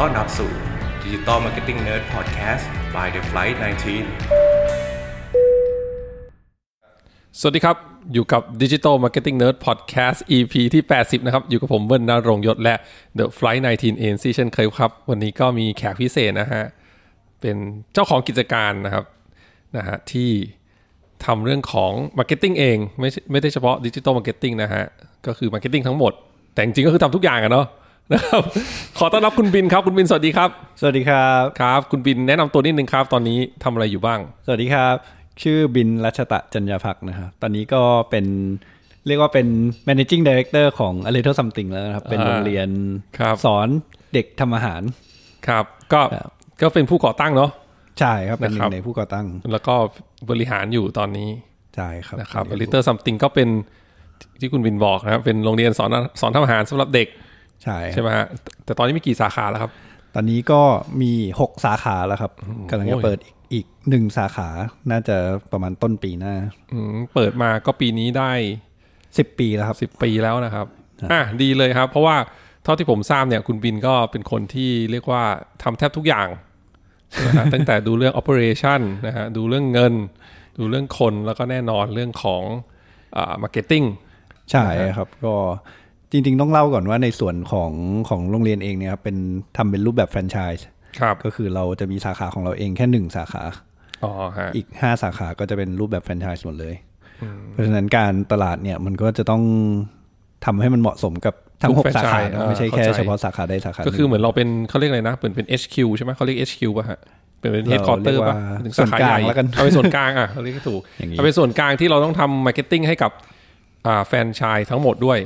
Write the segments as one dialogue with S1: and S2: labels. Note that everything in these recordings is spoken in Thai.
S1: ต้อนรับสู่ Digital Marketing Nerd Podcast by The Flight 19
S2: สวัสดีครับ อยู่กับ Digital Marketing Nerd Podcast EP ที่ 80 นะครับ อยู่กับผมเบิ้ลนารงค์ยศและ The Flight 19 ANC เช่นเคยครับ วันนี้ก็มีแขกพิเศษนะฮะ เป็นเจ้าของกิจการนะครับนะฮะที่ทำเรื่องของ Marketing เอง ไม่ใช่ไม่ได้เฉพาะ Digital Marketing นะฮะ ก็คือ Marketing ทั้งหมด แต่จริงๆก็คือทำทุกอย่างอะเนาะ นะครับ ขอต้อนรับคุณบินครับ คุณบินสวัสดีครับ
S3: สวัสดีครับ
S2: ครับ คุณบินแนะนำตัวนิดนึงครับ ตอนนี้ทำอะไรอยู่บ้าง
S3: สวัสดีครับ ชื่อบินรัชตะจัญญาภักดิ์นะครับ ตอนนี้ก็เป็นเรียกว่าเป็น managing director ของ a l i t o something แล้วนะครับ เป็น
S2: อ่า
S3: โรงเรียน
S2: ครับ
S3: สอนเด็กทำอาหาร
S2: ครับก็
S3: ครับ
S2: ก็เป็นผู้ก่อตั้งเนาะ
S3: ใช่ครับ เป็นห
S2: นะ
S3: นึ่
S2: ครับ
S3: งในผู้ก่อตั้ง
S2: แล้วก็บริหารอยู่ตอนนี้
S3: ใช่ครับ
S2: นะครับ
S3: เป็นห
S2: ลิ
S3: นึ่ง
S2: เตอร์ซัมติงก็เป็นที่คุณบินบอกนะครับ เป็นโรงเรียนสอนสอนทำอาหารสำหรับเด็ก
S3: ใช่ครับ
S2: ใช่ไหมฮะแต่แต่ตอนนี้มีกี่สาขาแล้วครับ
S3: ตอนนี้ก็มี 6 สาขาแล้วครับกำลังจะ
S2: โอ้ย
S3: เปิดอีกอีกหนึ่งสาขา น่าจะประมาณต้นปีหน้า
S2: อืมเปิดมาก็ปีนี้ได้
S3: 10 ปีแล้วครับ
S2: 10 ปีแล้วนะครับอ่ะดีเลยครับ เพราะว่าเท่าที่ผมทราบเนี่ยคุณบินก็เป็นคนที่เรียกว่าทำแทบทุกอย่างใช่ไหมฮะ ตั้งแต่ดูเรื่อง operation นะฮะดูเรื่องเงิน ดูเรื่องคนแล้วก็แน่นอนเรื่องของอ่า marketing
S3: ใช่ครับก็จริงๆต้องเล่าก่อนว่าในส่วนของของโรงเรียนเองเนี่ยครับเป็นทำเป็นรูปแบบแฟรนไชส์
S2: ครับ
S3: ก็คือเราจะมีสาขาของเราเองแค่หนึ่งสาขา
S2: อ๋อฮะ
S3: อีก 5 สาขาก็จะเป็นรูปแบบแฟรนไชส์หมดเลย เพราะฉะนั้นการตลาดเนี่ยมันก็จะต้องทำให้มันเหมาะสมกับทั้
S2: ทุ
S3: ง
S2: ก
S3: หกสาขา
S2: franchise อ่า
S3: ไม่ใช่แค่
S2: เข้าใจ
S3: เฉพาะสาขาใดสาขาห
S2: ก็
S3: นึ่ง
S2: คือเหมือนเราเป็นเขาเรียกอะไรนะเหมือนเป็น HQ ใช่ไหมเขาเรียก HQ ป่ะฮะเป็นเป็น headquarter ป่ะถึงสาขาใหญ่เอาเป็นส่วนกลางอ่ะเขาเรียกถูกเอาเป็นส่วนกลางที่เราต้องทำ marketing ให้กับอ่าแฟนชายทั้งหมดด้วย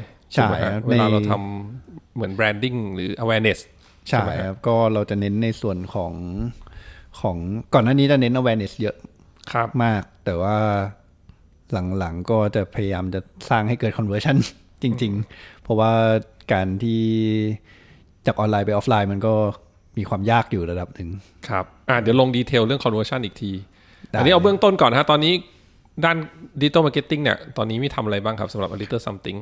S2: มฮะเวลาเราทำเหมือน branding หรือ awareness
S3: ใช่
S2: ไหมฮะ
S3: ครับก็เราจะเน้นในส่วนของของก่อนหน้านี้จะเน้น awareness เยอะ
S2: ครับ
S3: มาก แต่ว่าหลังๆก็จะพยายามจะสร้างให้เกิด conversion จริง ๆ เพราะว่าการที่จากออนไลน์ไปออฟไลน์มันก็มีความยากอยู่ระดับหนึ่ง
S2: ครับอ่ะเดี๋ยวลงดีเทลเรื่อง conversion อีกที
S3: ได้
S2: อันนี้เอาเบื้องต้นก่อนนะฮะตอนนี้ด้าน digital marketing เนี่ยตอนนี้มีทำอะไรบ้างครับสำหรับ a little something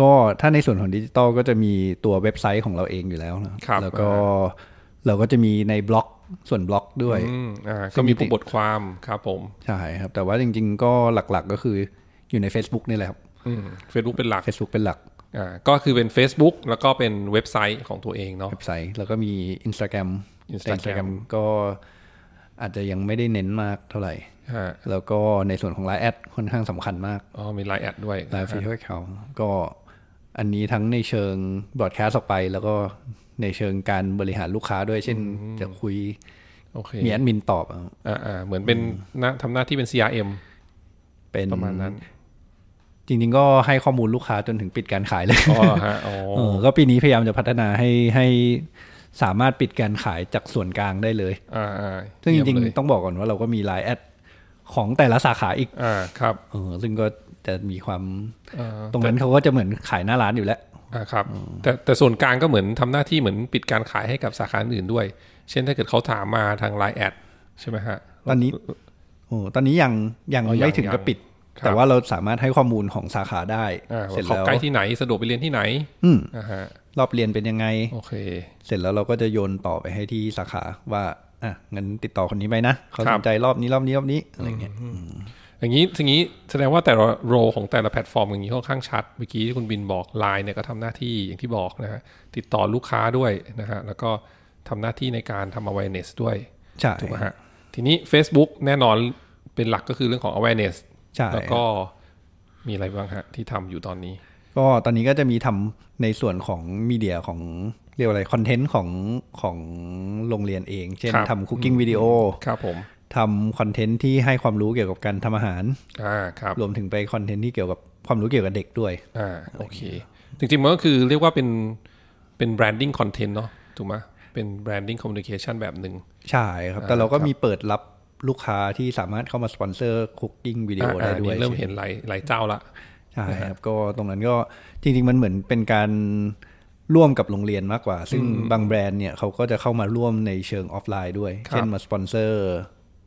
S3: ก็ถ้าในส่วนของดิจิตอลก็จะมีตัวเว็บไซต์ของเราเองอยู่แล้วนะครับ แล้วก็เราก็จะมีในบล็อกส่วนบล็อกด้วย
S2: อืมอ่าก็มีพวกบทความครับผม
S3: ใช่ครับ แต่ว่าจริงๆก็หลักๆก็คืออยู่ใน Facebook นี่แหละครับ
S2: อืม Facebook เป็นหลัก
S3: Facebook เป็นหลัก
S2: อ่าก็คือเป็น Facebook แล้วก็เป็นเว็บไซต์ของตัวเองเนาะ
S3: เว็บไซต์ แล้วก็มี Instagram แต่
S2: Instagram
S3: Instagram ก็อาจจะยังไม่ได้เน้นมากเท่าไหร่
S2: ฮะ
S3: แล้วก็ในส่วนของไลน์แอดค่อนข้างสำคัญมาก
S2: อ๋อมีไลน์แอดด้วย
S3: ไลน์ฟีเจอร์เขาก็อันนี้ทั้งในเชิงบอดแคสต์ออกไป แล้วก็ในเชิงการบริหารลูกค้าด้วยเช่น จะคุย
S2: โอเค
S3: มีแอดมินตอบอะ
S2: อ่าอ่าเหมือนเป็นนะทำหน้าที่เป็น CRM
S3: เป็น
S2: ประมาณนั้น
S3: จริง ๆ ก็ให้ข้อมูลลูกค้าจนถึงปิดการขายเลย
S2: อ๋อฮะอ๋อ
S3: เออก็ปีนี้พยายามจะพัฒนาให้ให้สามารถปิดการขายจากส่วนกลางได้เลย
S2: อ่าอ่า
S3: ซึ่งจ
S2: เยี่ยม
S3: ริง
S2: เลย
S3: ๆต้องบอกก่อนว่าเราก็มีไลน์แอดของแต่ละสาขาอีก
S2: อ่าครับ
S3: เออซึ่งก็จะมีความ
S2: อ่า
S3: ตรงนั้นเขาก็จะเหมือนขายหน้าร้านอยู่แล้ว
S2: อ่าครับแต่แต่ส่วนกลางก็เหมือนทำหน้าที่เหมือนปิดการขายให้กับสาขาอื่นด้วย เช่นถ้าเกิดเขาถามมาทางไลน์แอดใช่ไหมฮะ
S3: ตอนนี้โอ้ตอนนี้ยังยัง
S2: อ๋อยัง
S3: ไม่ถึง
S2: ยัง
S3: กับปิด
S2: ครับ
S3: แต่ว่าเราสามารถให้ข้อมูลของสาขาได้
S2: อ่า
S3: เสร็จ
S2: เขา
S3: แล้ว
S2: ใกล้ที่ไหนสะดวกไปเรียนที่ไหน
S3: อืม
S2: อ่าฮะ
S3: รอบเรียนเป็นยังไง
S2: โอเค
S3: เสร็จแล้วเราก็จะโยนต่อไปให้ที่สาขาว่า อ่ะ งั้นติดต่อคนนี้ไปนะ เขา
S2: ครั
S3: ส
S2: บ
S3: นใจรอบนี้รอบนี้รอบนี้อะไรเงี้ย
S2: อย่างนี้ทีนี้แสดงว่าแต่ละโรของแต่ละแพลตฟอร์มอย่างนี้ค่อนข้างชัด เมื่อกี้ที่คุณบินบอกไลน์เนี่ยก็ทำหน้าที่อย่างที่บอกนะฮะติดต่อลูกค้าด้วยนะฮะแล้วก็ทำหน้าที่ในการทำ awareness ด้วย
S3: ใช่
S2: ถูกไหมฮะทีนี้ Facebook แน่นอนเป็นหลักก็คือเรื่องของ awareness
S3: ใช่
S2: แล้วก็มีอะไรบ้างฮะที่ทำอยู่ตอนนี้
S3: ก็ตอนนี้ก็จะมีทำในส่วนของมีเดียของเรียกว่าอะไรคอนเทนต์ของของโรงเรียนเอง เช่น
S2: ครับ
S3: ทำคุกกิ้งวิดีโอ
S2: ครับผม
S3: ทำคอนเทนต์ที่ให้ความรู้เกี่ยวกับการทำอาหาร
S2: อ่าครับ
S3: รวมถึงไปคอนเทนต์ที่เกี่ยวกับความรู้เกี่ยวกับเด็กด้วย
S2: อ่าโอเค จริงๆมันก็คือเรียกว่าเป็นเป็น branding content เนาะถูกไหมเป็น branding communication แบบหนึ่ง
S3: ใช่ครับ แต่เราก็มีเปิดรับลูกค้าที่สามารถเข้ามาสปอนเซอร์คุกกิ้งวิดีโอได้
S2: อ่าๆ
S3: ด้วย
S2: นี่เริ่มเห็นหลายหลายเจ้าละ
S3: ใช่ครับก็ตรงนั้นก็จริง ๆ มันเหมือนเป็นการร่วมกับโรงเรียนมากกว่า ซึ่งบางแบรนด์เนี่ยเขาก็จะเข้ามาร่วมในเชิงออฟไลน์ด้วย
S2: ครับ
S3: เช่นมาสปอนเซอร์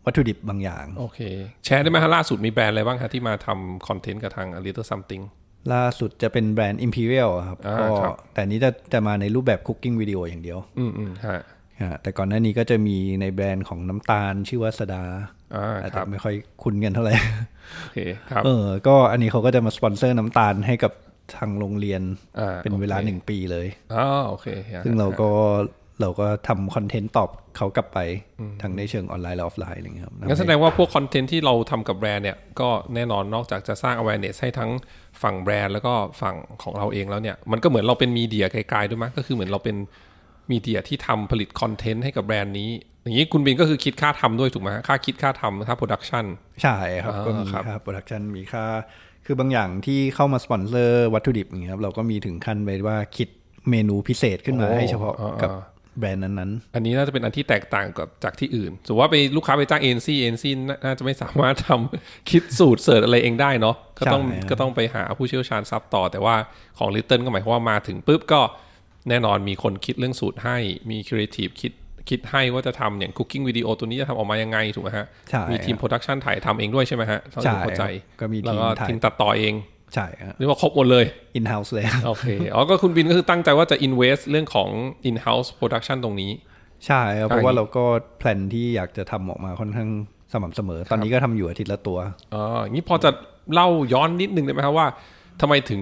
S3: วัตถุดิบบางอย่าง
S2: โอเค แชร์ได้ไหมฮะล่าสุดมีแบรนด์อะไรบ้างฮะที่มาทำคอนเทนต์กับทาง a little something
S3: ล่าสุดจะเป็นแบรนด์ Imperial อะครับ
S2: อ่า
S3: ก็
S2: ครับ
S3: แต่นี้จะจะมาในรูปแบบคุกกิ้งวิดีโออย่างเดียว
S2: อืมอืมฮะ
S3: แ อ่าแต่ก่อนหน้านี้ก็จะมีในแบรนด์ของน้ำตาลชื่อว่าสดา
S2: อ่า
S3: อาจ
S2: ค
S3: จะ
S2: รับ
S3: ไม่ค่อยคุ้นกันเท่าไหร่
S2: โอเคครับ
S3: เออ ก็อันนี้เขาก็จะมาสปอนเซอร์น้ำตาลให้กับทางโรงเรียน
S2: อ่า
S3: เป็นเวลา
S2: โอค
S3: หนึ่งปีเลย
S2: อ๋อโอเคฮะ
S3: ซึ่งเราก็เราก็ทำคอนเทนต์ตอบเขากลับไปทั้งในเชิงออนไลน์และออฟไลน์อะไรอย่างเงี้ยครับ
S2: งั้นแสดงว่าพวกคอนเทนต์ที่เราทำกับแบรนด์เนี่ยก็แน่นอนนอกจากจะสร้าง awareness ให้ทั้งฝั่งแบรนด์แล้วก็ฝั่งของเราเองแล้วเนี่ย มันก็เหมือนเราเป็นมีเดียไกลๆด้วยมั้ยก็คือเหมือนเราเป็นมีเดียที่ทำผลิตคอนเทนต์ให้กับแบรนด์นี้ อย่างนี้คุณบินก็คือคิดค่าทำด้วยถูกไหมยค่าคิดค่าทำค่าโปรดักชัน
S3: ใช่ครับ ก็มี
S2: อ่าครับ
S3: ค่าโปรดักชันมีค่า คือบางอย่างที่เข้ามาสปอนเซอร์วัตถุดิบอย่างเงี้ยครับเราก็มีถึงขั้นไปว่าคิดเมนูพิเศษขึ้นมาให้เฉพาะกับแบรนด์นั้นๆ
S2: อันนี้น่าจะเป็นอันที่แตกต่างกับจากที่อื่นสมมติว่าไปลูกค้าไปจ้างเอ็นซีเอ็นซีน่าจะไม่สามารถทำ คิดสูตรเสิร์ชอะไรเองได้เนาะก็ต้อง
S3: ใช่
S2: ก็ต้องไปหาผู้เชี่ยวชาญซับต่อ แต่ว่าของลิตเติ้ลก็หมายความว่ามาถึงปุ๊บก็แน่นอนมีคนคิดเรื่องสูตรให้มีค r เ a ทีฟคิดคิดให้ว่าจะทำอย่างคุกกิ้งวิดีโอตัวนี้จะทำออกมายังไงถูกไหมฮะ
S3: ใช่
S2: มีทีมโปรดักชันถ่ายทำเองด้วยใช่ไหมฮะเท่าที่ผมเข้าใจ
S3: ใช่ครับก็มีทีม
S2: แล้วก็
S3: ถ่าย
S2: ทีมตัดต่อเอง
S3: ใช่ครับ
S2: เรียกว่าครบหมดเลย
S3: in house เลย
S2: โอเคอ๋อก็คุณบินก็คือตั้งใจว่าจะ invest เรื่องของ in-house production ตรงนี้
S3: ใช่ครับ
S2: ใช่
S3: เพราะว่าเราก็แพลนที่อยากจะทำออกมาค่อนข้างสม่ำเสมอ ตอนนี้ก็ทำอยู่อาทิตย์ละตัว
S2: อ๋ออย่างนี้พอจะเล่าย้อนนิดนึงได้ไหมครับว่าทำไมถึง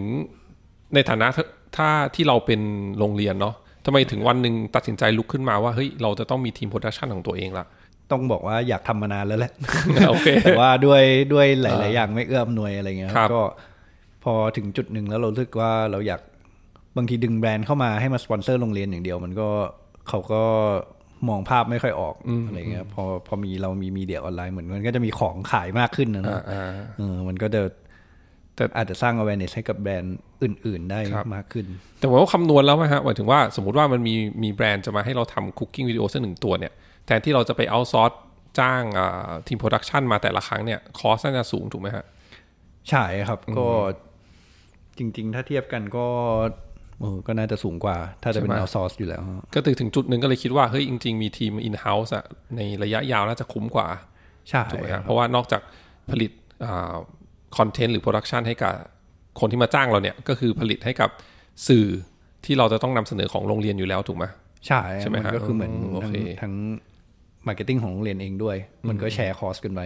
S2: ในฐานะถ้าถ้าที่เราเป็นโรงเรียนเนาะทำไมถึงวันหนึ่งตัดสินใจลุกขึ้นมาว่าเฮ้ยเราจะต้องมีทีมโปรดักชันของตัวเองละ
S3: ต้องบอกว่าอยากทำมานานแล้วแหละ
S2: โอเค
S3: แต่ว่าด้วยด้วยหลาย ๆ อย่างไม่เอื้ออำนวยอะไรเงี้ยค
S2: ครั
S3: รับบ ก็พอถึงจุดหนึ่งแล้วเรารู้สึกว่าเราอยากบางทีดึงแบรนด์เข้ามาให้มาสปอนเซอร์โรงเรียนอย่างเดียว มันก็เขาก็มองภาพไม่ค่อยออกอะไรเงี้ยพอพอมีเรามีมีเดียออนไลน์เหมือนมันก็จะมีของขายมากขึ้นนะนะ
S2: อ่า
S3: เออมันก็จะ
S2: แต่
S3: อาจจะสร้าง awareness ให้กับแบรนด์อื่น ๆ ได้มากขึ้น
S2: แต่ผมว่าคำนวณแล้วไหมฮะหมายถึงว่าสมมติว่ามันมีมีแบรนด์จะมาให้เราทำคุกกิ้งวิดีโอสักหนึ่งตัวเนี่ยแทนที่เราจะไปเอาซอร์สจ้างอ่าทีมโปรดักชันมาแต่ละครั้งเนี่ยคอสน่าจะสูงถูกไหมฮะ
S3: ใช่ครับก็จริง ๆ ถ้าเทียบกันก็เออก็น่าจะสูงกว่า ถ้าจะเป็น
S2: ใช่ไหม
S3: เอาซอร์สอยู่แล้ว
S2: ก็ถึงถึงจุดหนึ่งก็เลยคิดว่าเฮ้ยจริง ๆ มีทีม in-house อะในระยะยาวน่าจะคุ้มกว่า
S3: ใช่
S2: ถูกไหม
S3: ค
S2: ครั
S3: รั
S2: บบ เพราะว่านอกจากผลิตคอนเทนต์หรือโปรดักชันให้กับคนที่มาจ้างเราเนี่ย ก็คือผลิตให้กับสื่อที่เราจะต้องนำเสนอของโรงเรียนอยู่แล้วถูกไหม
S3: ใช่
S2: ใช่ไหม
S3: มัน
S2: ฮะ
S3: ก็คือเหมือน
S2: อืมโอ
S3: ทั้ง
S2: เค
S3: ทั้งมาร์เก็ตติ้งของโรงเรียนเองด้วย มันก็แชร์คอร์สกันไป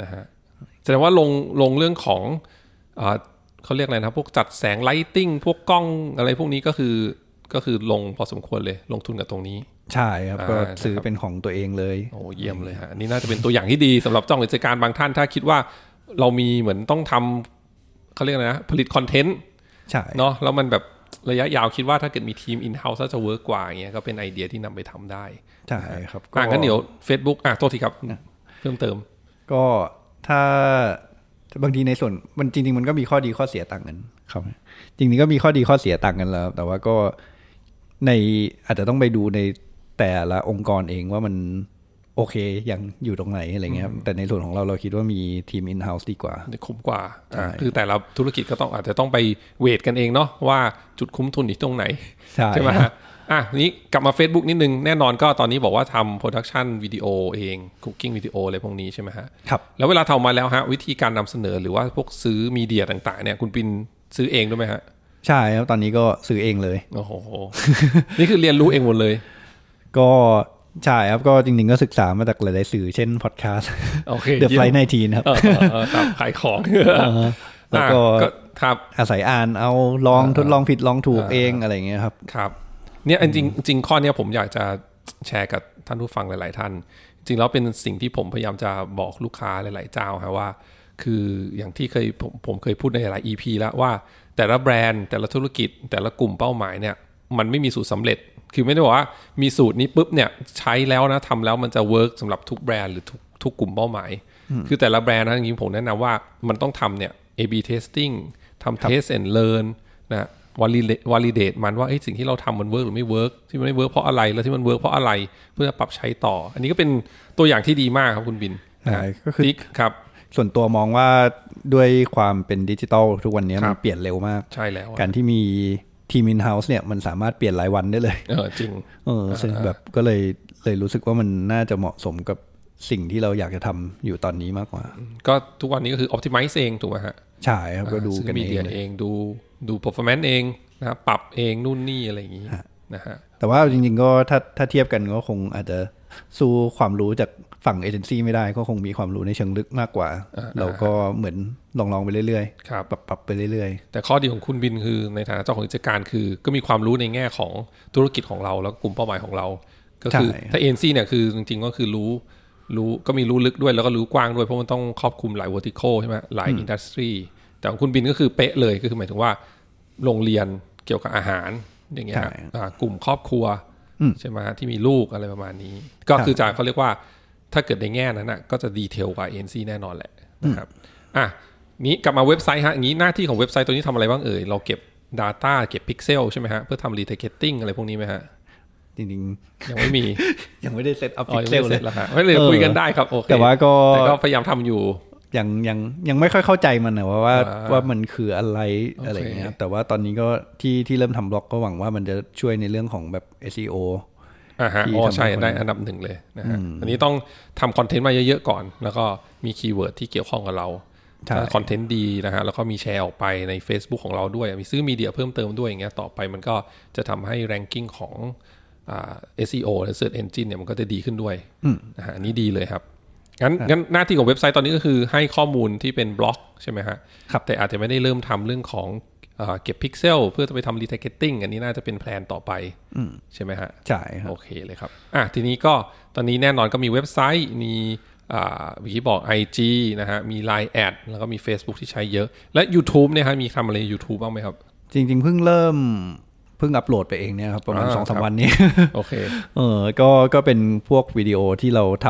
S2: นะฮะแสดงว่าลงลงเรื่องของอาเขาเรียกอะไรนะพวกจัดแสงไลติ้งพวกกล้องอะไรพวกนี้ก็คือก็คือลงพอสมควรเลยลงทุนกับตรงนี้
S3: ใช่ครับ
S2: อ่า
S3: ก็
S2: นะครับ
S3: ซื้อเป็นของตัวเองเลย
S2: โอ้เยี่ยมเลยฮะอันนี่น่าจะเป็นตัวอย่างที่ดีสำหรับเจ้าของกิจการบางท่าน ถ้าคิดว่าเรามีเหมือนต้องทำเขาเรียกอะไรนะผลิตคอนเทนต์
S3: ใช่
S2: เนาะแล้วมันแบบระยะยาวคิดว่าถ้าเกิดมีทีม in-house น่าจะเวิร์กกว่าอย่างเงี้ยก็เป็นไอเดียที่นำไปทำได้
S3: ใช่ครับ
S2: อ่ะงั้นเดี๋ยว Facebook อ่ะโทษทีครับ เพิ่มเติม
S3: ก็ถ้าบางทีในส่วนมันจริง ๆ มันก็มีข้อดีข้อเสียต่างกันครับจริงๆก็มีข้อดีข้อเสียต่างกันแล้ว แต่ว่าก็ในอาจจะต้องไปดูในแต่ละองค์กรเองว่ามันโอเคยังอยู่ตรงไหนอะไรเงี้ยครับแต่ในส่วนของเราเราคิดว่ามีทีม in-house ดีกว่า
S2: คุ้มกว่าอ่ะคือแต่ละธุรกิจก็ต้องอาจจะต้องไปเวทกันเองเนาะว่าจุดคุ้มทุนอยู่ตรงไหน
S3: ใช่
S2: ไหม
S3: ครับ
S2: อ่ะนี้กลับมา Facebook นิดนึง แน่นอนก็ตอนนี้บอกว่าทำโปรดักชันวิดีโอเองคุกกิ้งวิดีโออะไรพวกนี้ใช่ไหมฮะ
S3: ครับ
S2: แล้วเวลาทำมาแล้วฮะวิธีการนำเสนอหรือว่าพวกซื้อมีเดียต่างๆเนี่ยคุณปินซื้อเองด้วยไหมฮะ
S3: ใช่ครับตอนนี้ก็ซื้อเองเลย
S2: โอ้โห นี่คือเรียนรู้เองหมดเลย
S3: ก็ใช่ครับก็จริงๆก็ศึกษามาจากหลายๆสื่อเช่นพอดแคสต์
S2: โอเค
S3: The
S2: ยี่ยม
S3: Flight 19ครับ
S2: เออเออเออครับขายของ
S3: แล้วก็
S2: อ่ะครับ
S3: อาศัยอ่านเอาลองทดลองผิดลองถูกเองอะไรอย่างเงี้ยครับ
S2: ครับเนี่ยจริงจริงข้อเนี้ยผมอยากจะแชร์กับท่านผู้ฟังหลาย ๆ ท่าน จริงแล้วเป็นสิ่งที่ผมพยายามจะบอกลูกค้าหลาย ๆ เจ้าฮะว่า คืออย่างที่เคยผมผมเคยพูดในหลาย EP แล้วว่า แต่ละแบรนด์แต่ละธุรกิจ แต่ละกลุ่มเป้าหมายเนี่ยมันไม่มีสูตรสำเร็จ คือไม่ได้บอกว่ามีสูตรนี้ปุ๊บเนี่ยใช้แล้วนะทำแล้วมันจะเวิร์กสำหรับทุกแบรนด์หรือทุกทุกกลุ่มเป้าหมาย คือแต่ละแบรนด์นะจริงๆผมแนะนำว่ามันต้องทำเนี่ย A/B testing ทำ test and learn นะวอลีวอลีเดตมันว่าเอ้ยสิ่งที่เราทำมันเวิร์กหรือไม่เวิร์กที่มันไม่เวิร์กเพราะอะไรแล้วที่มันเวิร์กเพราะอะไรเพื่อปรับใช้ต่อ อันนี้ก็เป็นตัวอย่างที่ดีมากครับคุณบินนะฮะ
S3: ใช่ก็คือ
S2: ติ๊ครับ
S3: ส่วนตัวมองว่าด้วยความเป็นดิจิทัลทุกวันนี้
S2: ครั
S3: มั
S2: บ
S3: นเปลี่ยนเร็วมาก
S2: ใช่แล้วอะ
S3: การที่มีทีม in-house เนี่ยมันสามารถเปลี่ยนรายวันได้เลย
S2: เออจริง
S3: เออซึ่งแบบก็เลยเลยรู้สึกว่ามันน่าจะเหมาะสมกับสิ่งที่เราอยากจะทำอยู่ตอนนี้มากกว่า
S2: ก็ทุกวันนี้ก็คือ optimize เองถูกไหมฮะ
S3: ใช่ครับก็ดู
S2: ซื้อ
S3: กัน
S2: มี
S3: เอง
S2: เดีย
S3: เลย
S2: เองดูดู performance เองนะครับปรับเองนู่นนี่อะไรอย่างนี้ นะฮะ
S3: แต่ว่าจริงๆก็ถ้าถ้าเทียบกันก็คงอาจจะสู้ความรู้จากฝั่งเอเจนซี่ไม่ได้ก็คงมีความรู้ในเชิงลึกมากกว่า เราก็เหมือนลองๆไปเรื่อย
S2: ครับ
S3: ปรับปรับไปเรื่อย
S2: แต่ข้อดีของคุณบินคือในฐานะเจ้าของกิจการคือ ก็มีความรู้ในแง่ของธุรกิจของเราแล้วก็กลุ่มเป้าหมายของเรา ก็คือถ้าเอ็นซีเนี่ยคือจริงๆก็คือรู้รู้ก็มีรู้ลึกด้วยแล้วก็รู้กว้างด้วยเพราะมันต้องครอบคลุมหลาย vertical ใช่ไหมหลายอินดัสทรีแต่ของคุณบินก็คือเป๊ะเลยก็คือหมายถึงว่า โรงเรียนเกี่ยวกับอาหารอย่างเงี้ยครับอ่ากลุ่มครอบครัวใช่ไหมที่มีลูกอะไรประมาณนี้ ก็คือจากเขาเรียกว่า ถ้าเกิดในแง่นั้นน่ะก็จะดีเทลกว่า ANC แน่นอนแหละนะครับอ่ะนี้กลับมาเว็บไซต์ฮะอย่างนี้หน้าที่ของเว็บไซต์ตัวนี้ทำอะไรบ้างเอ่ย เราเก็บ Data เก็บพิกเซลใช่ไหมฮะ เพื่อทำรีเทคติ้งอะไรพวกนี้ไหมฮะ
S3: ๆ จริง
S2: ยังไม่มี
S3: ๆ ยังไม่ได้เซตอัพ
S2: อ๋
S3: พิ
S2: อก ยัง
S3: เซ
S2: ไม่
S3: ล
S2: ได้
S3: เล
S2: เสร็
S3: ย
S2: จแล้วฮะไม่เลย
S3: เออ
S2: คุยกันได้ครับโอเค
S3: แต่ว่าก็
S2: แต่ก็พยายามทำอยู่
S3: ยังยังยังไม่ค่อยเข้าใจมันนะว่าว่า
S2: อ่า
S3: ว่ามันคืออะไรอะไรอย่างเงี้ย
S2: โอเค
S3: แต่ว่าตอนนี้ก็ที่ที่เริ่มทำบล็อกก็หวังว่ามันจะช่วยในเรื่องของแบบ SEO
S2: อ่าฮะ
S3: ที่
S2: อ๋อ
S3: ทำให้
S2: ใช่
S3: คน
S2: ได้อันดับหนึ่งเลยนะฮะอันนี้ต้องทำคอนเทนต์มาเยอะๆก่อน แล้วก็มีคีย์เวิร์ดที่เกี่ยวข้องกับเราถ้าคอนเทนต์ดีนะฮะแล้วก็มีแชร์ออกไปใน Facebook ของเราด้วย มีซื้อมีเดียเพิ่มเติมด้วยอย่างเงี้ยต่อไปมันก็จะทำให้แรงกิ้งของอ่า SEO หรือ Search Engine เนี่ยมันก็จะดีขึ้นด้วยนะฮะอันนี้ดีเลยครับงั้นงั้นหน้าที่ของเว็บไซต์ตอนนี้ก็คือให้ข้อมูลที่เป็นบล็อกใช่ไหมฮะ
S3: ครับ
S2: แต่อาจจะไม่ได้เริ่มทำเรื่องของอ่าเก็บพิกเซลเพื่อจะไปทำรีเทคเกตติ้งอันนี้น่าจะเป็นแพลนต่อไปใช่ไหมฮะ
S3: ใช่ครับ
S2: โอเคเลยครับ อ่ะทีนี้ก็ตอนนี้แน่นอนก็มีเว็บไซต์ มีอ่าเมื่อกี้บอก IG นะฮะ มี Line แอดแล้วก็มี Facebook ที่ใช้เยอะ และ YouTube เนี่ยฮะมีทำอะไร YouTube บ้างไหมครับ
S3: จริงๆเพิ่งเริ่มเพิ่งอัปโหลดไปเองเนี่ยครับประมาณ
S2: อ่า
S3: สองสาม
S2: ครับ
S3: วันนี้
S2: โอเค
S3: เออก็ก็เป็นพวกวิดีโอที่เราท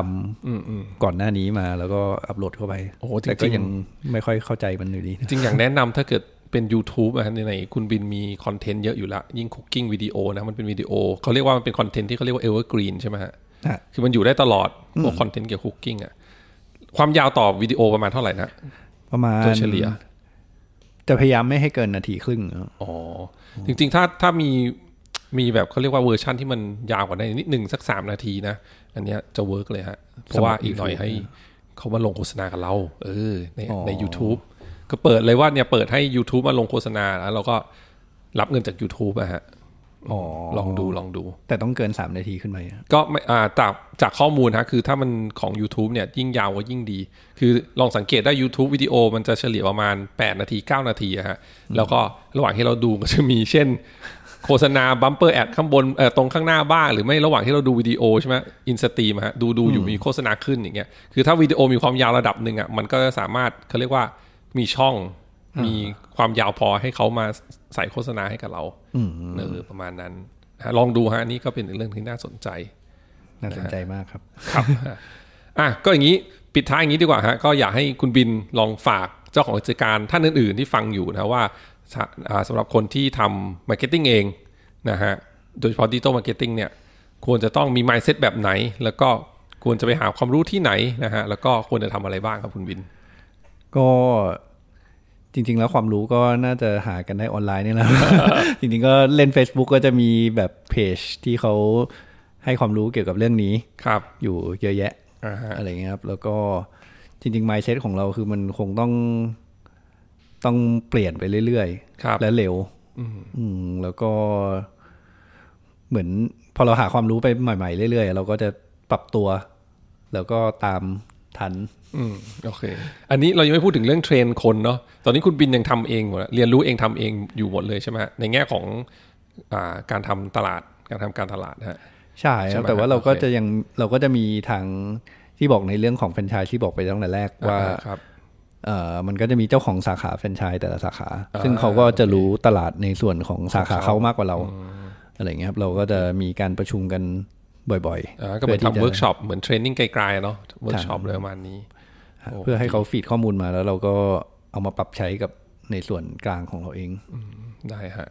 S3: ำก่อนหน้านี้มาแล้วก็อัปโหลดเข้าไป
S2: โอ้โหจริงๆ
S3: แต่ก็ยังไม่ค่อยเข้าใจมันอยู่ดี
S2: จริงๆ อย่างแนะนำถ้าเกิดเป็น YouTube อะฮะในๆคุณบินมีคอนเทนต์เยอะอยู่ละ ยิ่งคุกกิ้งวิดีโอนะมันเป็นวิดีโอเขาเรียกว่ามันเป็นคอนเทนต์ที่เขาเรียกว่า evergreen ใช่ไหมฮะ
S3: ฮะ
S2: คือมันอยู่ได้ตลอดพวกคอนเทนต์เกี่ยวกับคุกกิ้งอะความยาวต่อวิดีโอประมาณเท่าไหร่นะ
S3: ประมาณ
S2: โดยเฉลี่ย
S3: จะพยายามไม่ให้เกินนาทีครึ่งครับ
S2: อ๋อจริงๆถ้าถ้ามีมีแบบเขาเรียกว่าเวอร์ชั่นที่มันยาวกว่านั้นนิดหนึ่งสักสามนาทีนะ อันเนี้ยจะเวิร์กเลยฮะ เพราะว่าอีกหน่อยให้เขามาลงโฆษณากับเรา เออ ในใน YouTube ก็เปิดเลยว่าเนี่ยเปิดให้ YouTube มาลงโฆษณาแล้วเราก็รับเงินจาก YouTube อะฮะ
S3: อ๋อ
S2: ลองดูลองดู
S3: แต่ต้องเกินสามนาทีขึ้นไปครับ
S2: ก็ไม่อ่าจากจากข้อมูลฮะคือถ้ามันของ YouTube เนี่ยยิ่งยาวก็ยิ่งดี คือลองสังเกตได้ YouTube วิดีโอมันจะเฉลี่ยประมาณ 8 นาที 9 นาทีอะฮะแล้วก็ระหว่างที่เราดูก็จะมีเช่น โฆษณาบัมเปอร์แอดข้างบนเอ่อตรงข้างหน้าบ้างหรือไม่ระหว่างที่เราดูวิดีโอใช่ไหมอินสตรีมฮะดูดูอยู่มีโฆษณาขึ้นอย่างเงี้ยคือถ้าวิดีโอมีความยาวระดับหนึ่งอะมันก็สามารถเขาเรียกว่ามีช่องมีความยาวพอให้เขามาใส่โฆษณาให้กับเราเออประมาณนั้นนะฮะลองดูฮะอันนี่ก็เป็นเรื่องที่น่าสนใจ
S3: น่าสนใจมากครับ
S2: ครับ อ่ะก็อย่างนี้ปิดท้ายอย่างนี้ดีกว่าฮะก็อยากให้คุณบินลองฝากเจ้าของกิจการท่านอื่นๆ ที่ฟังอยู่นะว่าสะอ่าสำหรับคนที่ทำมาร์เก็ตติ้งเองนะฮะโดยเฉพาะดิจิตอลมาร์เก็ตติ้งเนี่ยควรจะต้องมี mindset แบบไหน แล้วก็ควรจะไปหาความรู้ที่ไหนนะฮะแล้วก็ควรจะทำอะไรบ้างครับคุณบิน
S3: ก็จริง ๆ แล้วความรู้ก็น่าจะหากันได้ออนไล น์เนี่ยแหละ จริง ๆ ก็เล่น Facebook ก็จะมีแบบเพจที่เขาให้ความรู้เกี่ยวกับเรื่องนี้
S2: ครับ
S3: อยู่เยอะแยะ
S2: อ่าฮะ
S3: อะไรเงี้ยครับ แล้วก็จริงๆ mindset ของเราคือมันคงต้องต้องเปลี่ยนไปเรื่อย
S2: ครับ
S3: ๆ และเร็วอืมแล้วก็ เหมือนพอเราหาความรู้ไปใหม่ ๆ เรื่อยๆ เราก็จะปรับตัว แล้วก็ตามทัน
S2: อืมโอเค อันนี้เรายังไม่พูดถึงเรื่องเทรนคนเนาะตอนนี้คุณบินยังทำเองหมดอะเรียนรู้เองทำเองอยู่หมดเลยใช่ไหมฮะในแง่ของอาการทำตลาดการทำการตลาดนะฮะ
S3: ใช่
S2: ใช่
S3: ครับ
S2: ไหม
S3: แต่ว่าเรา
S2: โอเค
S3: ก็จะยังเราก็จะมีทางที่บอกในเรื่องของแฟรนไชส์ที่บอกไปตั้งแต่แรกว่า
S2: อ่ครับ
S3: เอ่อมันก็จะมีเจ้าของสาขาแฟรนไชส์แต่ละสาขา ซึ่งเขาก็จะรู้ตลาดในส่วนของสาขาเขามากกว่าเรา อะไรเงี้ยครับ เราก็จะมีการประชุมกันบ่อย
S2: อ่า
S3: ๆ
S2: ก็เหมือน
S3: พื่ที่
S2: ทำ
S3: จะ
S2: เวิร์กช็อปเหมือนเทรนนิ่งไกลๆเนาะเวิร์กช็อปเลยประมาณนี้ โอ้
S3: เพื่อให้เขาฟีดข้อมูลมาแล้วเราก็เอามาปรับใช้กับในส่วนกลางของเราเอง
S2: ได้ฮะ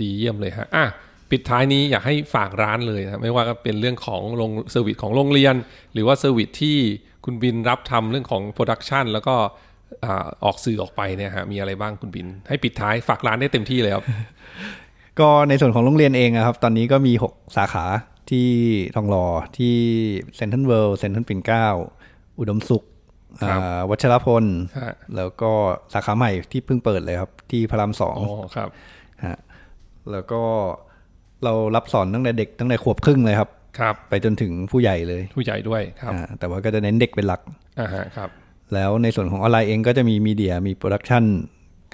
S2: ดีเยี่ยมเลยฮะอ่ะปิดท้ายนี้อยากให้ฝากร้านเลยนะไม่ว่าก็เป็นเรื่องของโรงเซอร์วิสของโรงเรียน หรือว่าเซอร์วิสที่คุณบินรับทำเรื่องของโปรดักชันแล้วก็อ่าออกสื่อออกไปเนี่ยฮะมีอะไรบ้างคุณบิน ให้ปิดท้ายฝากร้านได้เต็มที่เลย ครับ
S3: ก็ในส่วนของโรงเรียนเองอะครับ ตอนนี้ก็มี 6 สาขาที่ทองหล่อที่เซนทรัลเวิลด์เซนทรัลปิ่นเกล้าอุดมสุข
S2: ครับ
S3: อ่าวัชรพล
S2: ฮะ
S3: แล้วก็สาขาใหม่ที่เพิ่งเปิดเลยครับ ที่พระรามสอง
S2: อ๋อครับ
S3: ฮะแล้วก็ เรารับสอนตั้งแต่เด็กตั้งแต่ขวบครึ่งเลยครับ
S2: ครับ
S3: ไปจนถึงผู้ใหญ่เลย
S2: ผู้ใหญ่ด้วยครับ
S3: อ่าแต่ว่าก็จะเน้นเด็กเป็นหลัก
S2: อ่าฮะครับ
S3: แล้วในส่วนของออนไลน์เองก็จะมีมีเดียมีโปรดักชัน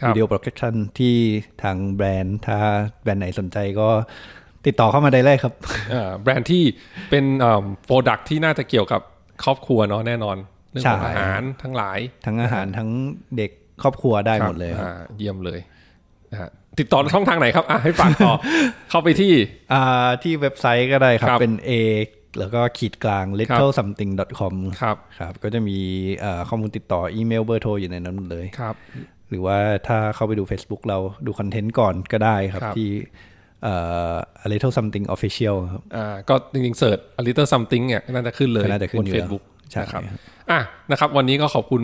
S2: ครับ
S3: วิดีโอโปรดักชันที่ทางแบรนด์ ถ้าแบรนด์ไหนสนใจก็ติดต่อเข้ามาได้เลยครับ
S2: อ่าแบรนด์ที่เป็นโปรดักที่น่าจะเกี่ยวกับครอบครัวเนาะแน่นอนเรื่องของ
S3: ใช่
S2: อาหารทั้งหลาย
S3: ทั้งอาหารทั้งเด็กครอบครัวได้หมดเลยครับ
S2: อ่าเยี่ยมเลยนะฮะติดต่อช่องทางไหนครับอ่ะให้ฝาก ต่อ เข้าไปที่
S3: อ่าที่เว็บไซต์ก็ได้ครับ
S2: ครับ
S3: เป็น A แล้วก็ขีดกลาง little something com
S2: ครับ
S3: ครับ ก็จะมีเอ่อข้อมูลติดต่ออีเมลเบอร์โทรอยู่ในนั้นหมดเลย
S2: ครับ
S3: หรือว่าถ้าเข้าไปดู Facebook เราดูคอนเทนต์ก่อนก็ได้ครับ
S2: ครับ
S3: ที่เอ่อ A little something official ครับ
S2: อ่าก็จริงๆเสิร์ช a little something เนี่ยก็น่าจะขึ้นเลย
S3: ก็น่าจะขึ้น
S2: บน
S3: อยู่แล้ว
S2: Facebook
S3: ใช่
S2: นะครับ
S3: ครับ
S2: อ่ะนะครับ วันนี้ก็ขอบคุณ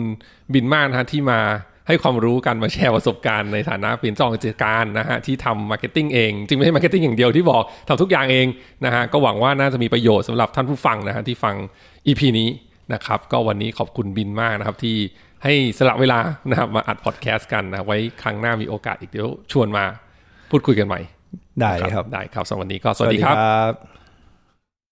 S2: บินมากนะฮะที่มาให้ความรู้กันมาแชร์ประสบการณ์ในฐานะเป็นเจ้าของกิจการนะฮะที่ทำมาร์เก็ตติ้งเอง จริงไม่ใช่มาร์เก็ตติ้งอย่างเดียวที่บอกทำทุกอย่างเองนะฮะก็หวังว่าน่าจะมีประโยชน์สำหรับท่านผู้ฟังนะฮะที่ฟัง EP นี้นะครับ ก็วันนี้ขอบคุณบินมากนะครับที่ให้สละเวลานะครับมาอัดพอดแคสต์กันนะไว้ครั้งหน้ามีโอกาสอีกเดี๋ยวชวนมาพูดคุยกันใหม่
S3: ได้ครับ
S2: ได้ครับสำหรับวันนี้ก็สวัสดีครับ
S3: บ